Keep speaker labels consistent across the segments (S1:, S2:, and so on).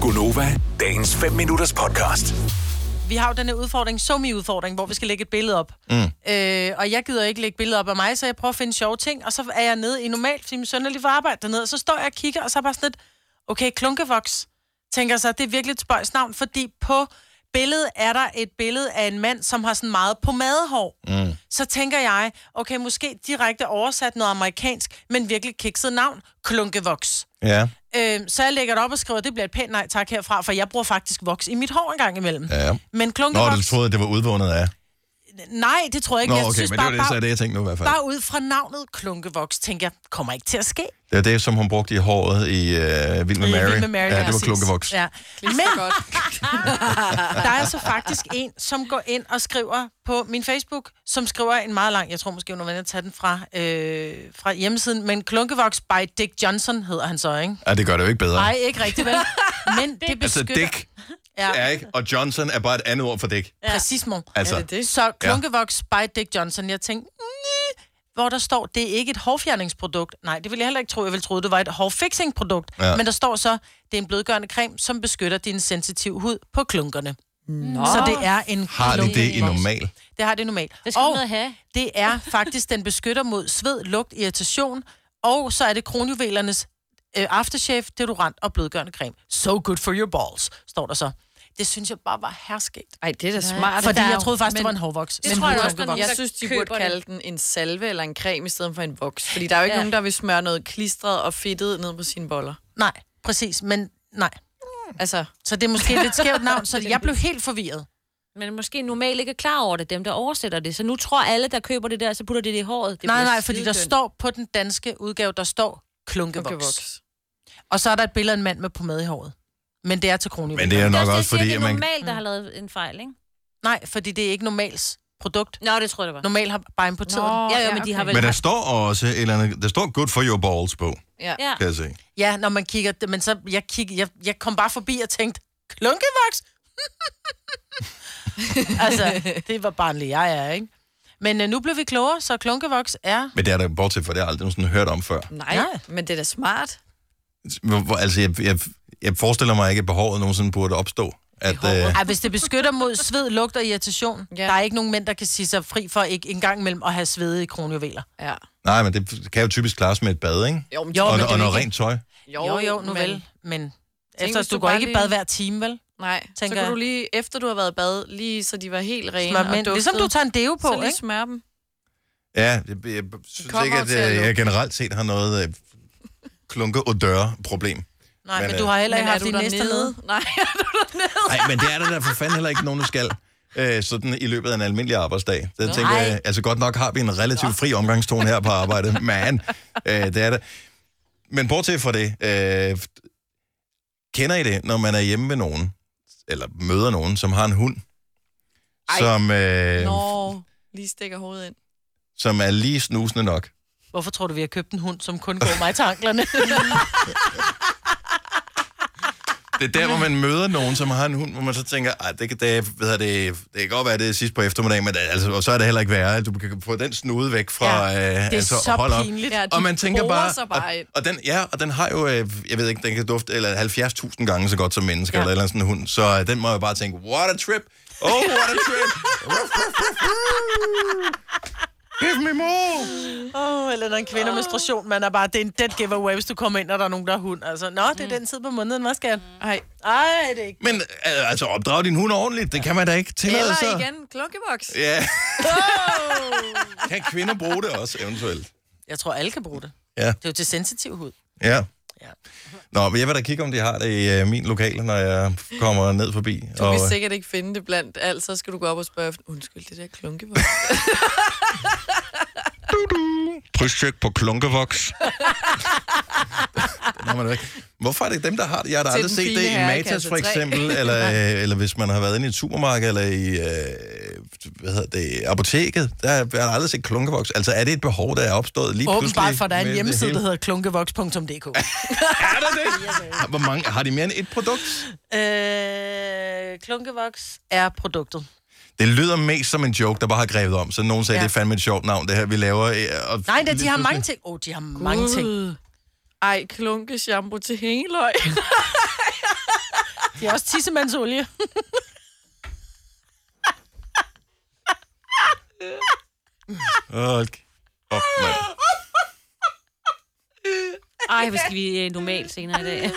S1: Gunova, dagens 5 minutters podcast.
S2: vi har jo den her udfordring, somi-udfordring, hvor vi skal lægge et billede op. Mm. Øh, og jeg gider ikke lægge billeder op af mig, så jeg prøver at finde sjove ting, og så er jeg nede i normalt, fordi min søn er lige for arbejde dernede, og så står jeg og kigger, og så er jeg bare sådan lidt, okay, klunkevoks, tænker jeg så, det er virkelig et spøjs navn, fordi på billedet er der et billede af en mand, som har sådan meget pomadehår. Mm. Så tænker jeg, okay, måske direkte oversat noget amerikansk, men virkelig kikset navn, klunkevoks.
S3: Ja.
S2: Øh, så jeg lægger det op og skriver, det bliver et pænt nej tak herfra, for jeg bruger faktisk voks i mit hår en gang imellem.
S3: Ja.
S2: Men
S3: Nå,
S2: klunkevoks...
S3: du troede, at det var udvundet af.
S2: Nej, det tror jeg ikke.
S3: Nå,
S2: jeg
S3: okay, men det var det, så er det, jeg tænkte nu i hvert fald.
S2: bare ud fra navnet Klunkevoks, tænker jeg, kommer ikke til at ske.
S3: Det var det, som hun brugte i håret i øh, Vild med Mary.
S2: Vild med Mary
S3: ja, det var
S2: præcis.
S3: klunkevoks. Ja.
S2: Ja. Men
S4: Godt.
S2: der er så faktisk en, som går ind og skriver på min Facebook, som skriver en meget lang, jeg tror måske, hun er ved at tage den fra, øh, fra hjemmesiden, men Klunkevoks by Dick Johnson hedder han så, ikke?
S3: ja, det gør det jo ikke bedre.
S2: Nej, ikke rigtigt, vel? Men det
S3: altså,
S2: beskytter...
S3: Dick
S2: ja.
S3: er ikke, og Johnson er bare et andet ord for Dick.
S2: Ja. Præcis, mor.
S3: Altså.
S2: Er det det? Så Klunkevoks by Dick Johnson, jeg tænkte, "Næh." hvor der står, det er ikke et hårfjerningsprodukt. Nej, det ville jeg heller ikke tro. Jeg ville tro, det var et hårfixingprodukt.
S3: Ja.
S2: Ja. Men der står så, det er en blødgørende creme, som beskytter din sensitive hud på klunkerne. Nå. Så det er en
S3: Har de det i
S2: klunkevoks.
S3: normal?
S2: Det har det normalt.
S4: Det skal man ned og have.
S2: det er faktisk, den beskytter mod sved, lugt, irritation, og så er det kronjuvelernes øh, aftershave, deodorant og blødgørende creme. So good for your balls, står der så. Det synes jeg bare var herskægt.
S5: Ej, det er da smart.
S2: Fordi
S5: Der er
S2: jeg
S5: jo-
S2: troede faktisk, det
S5: men-
S2: var en hårvoks.
S4: Det tror jeg også,
S2: var
S4: man-
S5: Jeg
S4: Så
S5: synes, de
S4: køber
S5: burde
S4: det.
S5: kalde den en salve eller en creme, i stedet for en voks. Fordi der er jo ikke
S4: Ja.
S5: ja. nogen, der vil smøre noget klistret og fedtet ned på sine boller.
S2: Nej, præcis, men nej.
S5: Altså,
S2: Så det er måske et lidt skævt navn, så jeg blev helt forvirret.
S4: Men måske normalt ikke er klar over det, dem der oversætter det. Så nu tror alle, der køber det der, så putter de det i håret. Det
S2: Nej,
S4: bliver
S2: nej, fordi der
S4: skidedødt.
S2: står på den danske udgave, der står
S5: okay,
S2: klunkevoks.
S5: voks.
S2: Og så er der et billede af en mand med pomade i håret. Men det er til kronjuvel.
S3: Men det er jo
S4: Det er
S3: nok
S4: også,
S3: også,
S4: det, jeg siger,
S3: fordi,
S4: det
S3: at
S4: er
S3: man...
S4: normalt, der har lavet en fejl, ikke?
S2: Nej, fordi det er ikke normals produkt.
S4: Nå, det tror jeg, det var.
S2: Normalt har bare importeret. Nå.
S4: ja, ja, men de har vel...
S3: Men der står også et eller andet... Der står good for your balls på,
S5: Ja.
S4: Ja.
S3: kan jeg se.
S2: Ja, når man kigger, men så, jeg, kig, jeg, jeg kom bare forbi og tænkte, klunkevoks? altså, det var barnlig jeg er, ikke? Men øh, nu blev vi klogere, så klunkevoks er...
S3: Men det er der bortset for, det har jeg aldrig nogensinde hørt om før.
S5: Nej,
S2: Ja.
S5: ja. men det er da smart.
S3: Hvor, hvor- altså, jeg, jeg, jeg forestiller mig ikke, at behovet nogensinde burde opstå. At, øh,
S2: Ej, hvis det beskytter mod sved, lugt og irritation. Ja.
S5: Ja.
S2: Der er ikke nogen mænd, der kan sige sig fri for ikke engang mellem at have svede i kronjuveler.
S5: Ja.
S3: nej, men det kan jo typisk klares med et bad, ikke?
S5: Jo, men
S2: Jo,
S3: Og,
S2: men det er
S3: og noget
S2: ikke-
S3: rent tøj.
S5: jo,
S2: Jo, jo, nu vel. Men efter,
S5: hvis
S2: du,
S5: du
S2: går
S5: bare
S2: ikke i
S5: lige-
S2: bad hver time, vel?
S5: Nej, så
S2: Tænker
S5: kan
S2: jeg.
S5: du lige, efter du har været i bad, lige så de var helt rene
S2: Smør
S5: og
S2: mænd.
S5: duftede,
S2: Ligesom du tager en deo på,
S5: så lige
S2: ikke?
S5: smøre dem.
S3: Ja, jeg, jeg, jeg synes
S5: kommer
S3: ikke,
S5: jo
S3: at
S5: til at
S3: øh, jeg
S5: lukke.
S3: generelt set har noget øh, klunke- og døre-problem.
S2: Nej, men,
S3: Men,
S2: men du
S3: øh,
S2: har heller
S5: Men
S2: ikke
S5: er
S2: haft
S5: du
S2: din næste
S5: dernede?
S2: nede.
S5: Nej, er du dernede?
S3: Nej, men det er der da for fanden heller ikke nogen, der skal. Øh, sådan i løbet af en almindelig arbejdsdag. Så jeg tænker,
S2: Nej.
S3: jeg, altså godt nok har vi en relativt fri omgangstone her på arbejdet, men øh, det er det. Men bortset fra det, øh, kender I det, når man er hjemme ved nogen, eller møder nogen, som har en hund, Ej. som, øh,
S5: Nå, lige stikker hovedet ind.
S3: som er lige snusende nok?
S2: Hvorfor tror du, vi har købt en hund, som kun går mig til anklerne?
S3: Det er der, hvor man møder nogen, som har en hund, hvor man så tænker, "Ej, det kan, det, ved jeg, det, det kan godt være, det er sidst på eftermiddagen, men det, altså, og så er det heller ikke værre. Du kan få den snude væk fra...
S2: Ja,
S3: øh,
S2: det er
S3: altså,
S2: så
S3: hold op.
S2: pinligt.
S5: Ja, de
S3: og man tænker
S5: borer
S3: bare,
S5: sig bare
S3: og,
S5: ind.
S3: og, den, ja, og den har jo, øh, jeg ved ikke, den kan dufte eller 70.000 gange så godt som mennesker,
S2: Ja.
S3: ja. eller, et eller sådan en hund, så øh, den må jo bare tænke, what a trip, oh, what a trip, give me more.
S2: Åh, oh, eller når en kvinde har menstruation, man er bare, det er en dead giveaway, hvis du kommer ind, og der er nogen, der er hund. Altså, nå, det er den tid på måneden, hvad skal
S5: Mm. Ej.
S2: Ej, det er ikke.
S3: Men øh, altså, opdrag din hund ordentligt, det kan man da ikke tillade
S5: Eller
S3: sig.
S5: igen, klunkeboks.
S3: Ja. kan kvinder bruge det også, eventuelt?
S2: Jeg tror, alle kan bruge det.
S3: Ja.
S2: Det er jo til sensitiv hud.
S3: Ja.
S2: Ja.
S3: Nå, men jeg vil da kigge, om de har det i øh, min lokale, når jeg kommer ned forbi.
S5: Du
S3: Og,
S5: vil
S3: øh,
S5: sikkert ikke finde det blandt alt, så skal du gå op og spørge, undskyld, det der klunkeboks.
S3: Krydstjek på klunkevoks. Den har man jo ikke. Hvorfor er det dem, der har det? Jeg har da
S5: Til
S3: aldrig
S5: den
S3: set
S5: fine
S3: det i
S5: herre i
S3: Matas
S5: kasse
S3: for
S5: tre.
S3: eksempel, eller, øh, eller hvis man har været inde i et supermarked, eller i øh, hvad hedder det, apoteket. Der har jeg har aldrig set klunkevoks. Altså er det et behov, der er opstået lige pludselig?
S2: Åbenbart, for der er en
S3: med det
S2: hjemmeside,
S3: hele?
S2: der hedder klunkevoks.dk.
S3: Er der det? Hvor mange, har de mere end et produkt?
S2: øh, klunkevoks er produktet.
S3: Det lyder mest som en joke, der bare har grebet om. Så nogen sagde, ja. det er fandme et sjovt navn, det her, vi laver. øh, Og
S2: Nej, da, de
S3: lige
S2: har
S3: pludselig-
S2: mange ting. Åh, oh, de har mange ting.
S5: Ej, klunke shampoo til hængeløg.
S2: Det er også tissemandsolie.
S3: Hold op, mand.
S4: Ej, hvor skal vi øh, normalt senere i dag?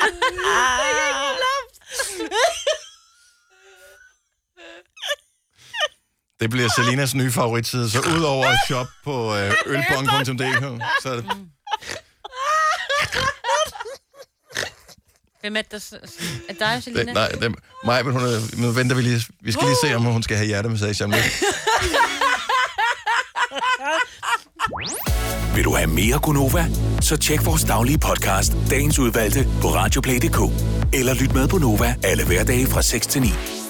S3: Det bliver Selinas nye favoritside, så udover at shoppe på øh, ølbong.dk, så er det...
S2: Mm.
S4: Hvem er det, der... s- s- Er det dig, Selina?
S3: det nej, det, mig, men hun er, nu venter vi lige. Vi skal lige se, om hun skal have hjertemassage om lidt.
S1: Vil du have mere Gunova? Så tjek vores daglige podcast, dagens udvalgte, på radioplay.dk. Eller lyt med på Nova alle hverdage fra 6 til 9.